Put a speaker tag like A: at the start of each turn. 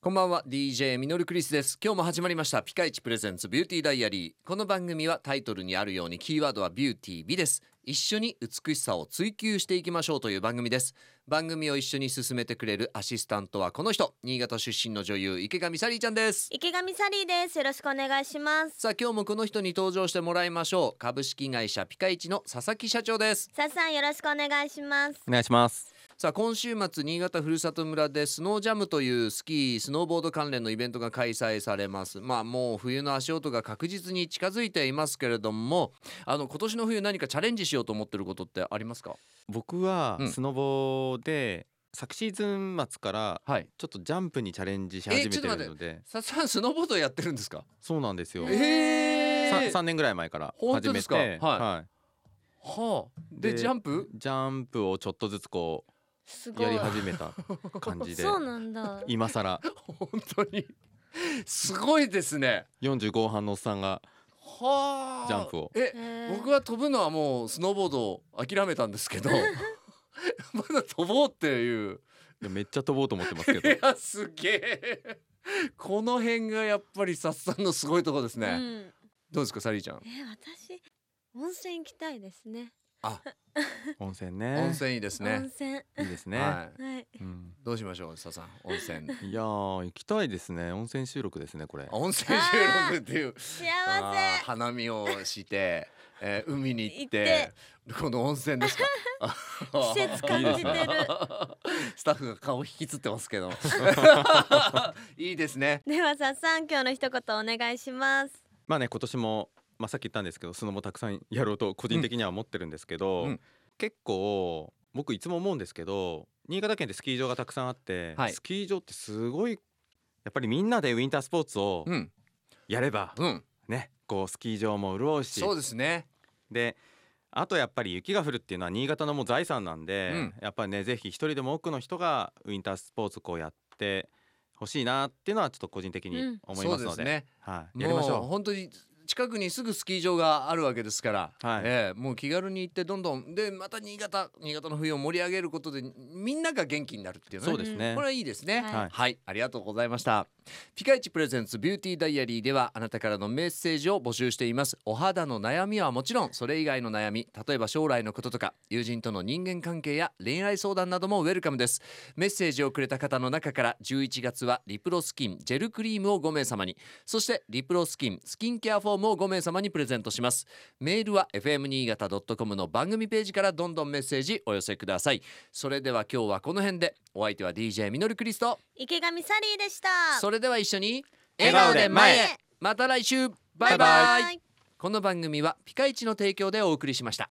A: こんばんは DJ ミノルクリスです今日も始まりましたピカイチプレゼンツビューティーダイアリーこの番組はタイトルにあるようにキーワードはビューティー美です一緒に美しさを追求していきましょうという番組です番組を一緒に進めてくれるアシスタントはこの人新潟出身の女優池上サリーちゃんです
B: 池上サリーですよろしくお願いします
A: さあ今日もこの人に登場してもらいましょう株式会社ピカイチの佐々木社長です
B: さっさんよろしくお願いします
C: お願いします
A: さあ今週末新潟ふるさと村でスノージャムというスキースノーボード関連のイベントが開催されますまあもう冬の足音が確実に近づいていますけれどもあの今年の冬何かチャレンジしようと思ってることってありますか
C: 僕は
A: うん
C: スノボで、昨シーズン末から
A: はい
C: ちょっとジャンプにチャレンジし始めて
A: えち
C: る
A: ょっ
C: ので
A: さ さんスノーボードやってるんですか
C: そうなんですよ
B: え
A: え
C: さ3年ぐらい前から
A: 本
C: 始
A: 当で
C: め
A: すか
C: て、
A: はい
C: い
A: はあで
C: で
A: ジャン プ
C: ジャンプをちょっとずつこ
B: す
C: うやり始めた感じで
B: そうなんだ
C: 今更
A: 本当にすごいですね
C: 40後半のおっさんが
A: はあ
C: ジャンプを
A: え
B: へー
A: 僕は飛ぶのはもうスノーボードを諦めたんです けどまだ飛ぼうっていう
C: いやめっちゃ飛ぼうと思ってますけ
A: い
C: ど
A: やすげえこの辺がやっぱりさっさんのすごいとこですね、
B: うん
A: どうですかサリーちゃん
B: え私温泉行きたいですね
C: 温泉ね
A: 温泉いいです
B: 温
A: ね
B: 泉
C: いいですね、
A: はい
B: はい
C: うん、
A: どうしましょうさっさん温 泉
C: いやー行きたいですね温泉収録ですねこれ
A: あ温泉収録っていう
B: 幸
A: あー
B: せ
A: 花見をして、えー海に行ってこの温泉 ですか
B: 季節感じてる
C: いいで
A: スタッフが顔引きつってます けどいいですね
B: ではさっさん今日の一言お願いします
C: まあね今年も、まあ、さっき言ったんですけどスノボたくさんやろうと個人的には思ってるんですけど、
A: うんうん
C: 結構僕いつも思うんですけど新潟県ってスキー場がたくさんあって、
A: はい
C: スキー場ってすごいやっぱりみんなでウィンタースポーツを
A: うん
C: やれば、
A: うん
C: ねこうスキー場も潤うし
A: そうですね
C: であとやっぱり雪が降るっていうのは新潟のもう財産なんで、
A: うん
C: やっぱりねぜひ一人でも多くの人がウィンタースポーツこうやってほしいなっていうのはちょっと個人的に思い
A: そう
C: ますの
A: で
C: で,、
A: すね
C: はい、やりましょ
A: も
C: う。
A: 本当に近くにすぐスキー場があるわけですから、
C: はい
A: ええもう気軽に行ってどんどんでまた新潟新潟の冬を盛り上げることでみんなが元気になるっていうね
C: そうですね、
A: これはいいですね
B: はい
C: はい
A: はい、ありがとうございました。ピカイチプレゼンツビューティーダイアリーではあなたからのメッセージを募集しています。お肌の悩みはもちろん、それ以外の悩み、例えば将来のこととか、友人との人間関係や恋愛相談などもウェルカムです。メッセージをくれた方の中から11月はリプロスキンジェルクリームを5名様に、そしてリプロスキンスキンケアフォームを5名様にプレゼントします。メールは fm 新潟 .com の番組ページからどんどんメッセージお寄せください。それでは今日はこの辺で、お相手は DJ ミノルクリスト。
B: 池上サリーでした
A: それでは一緒に
C: 笑顔で前へ
A: また来週バイバイこの番組はピカイチの提供でお送りしました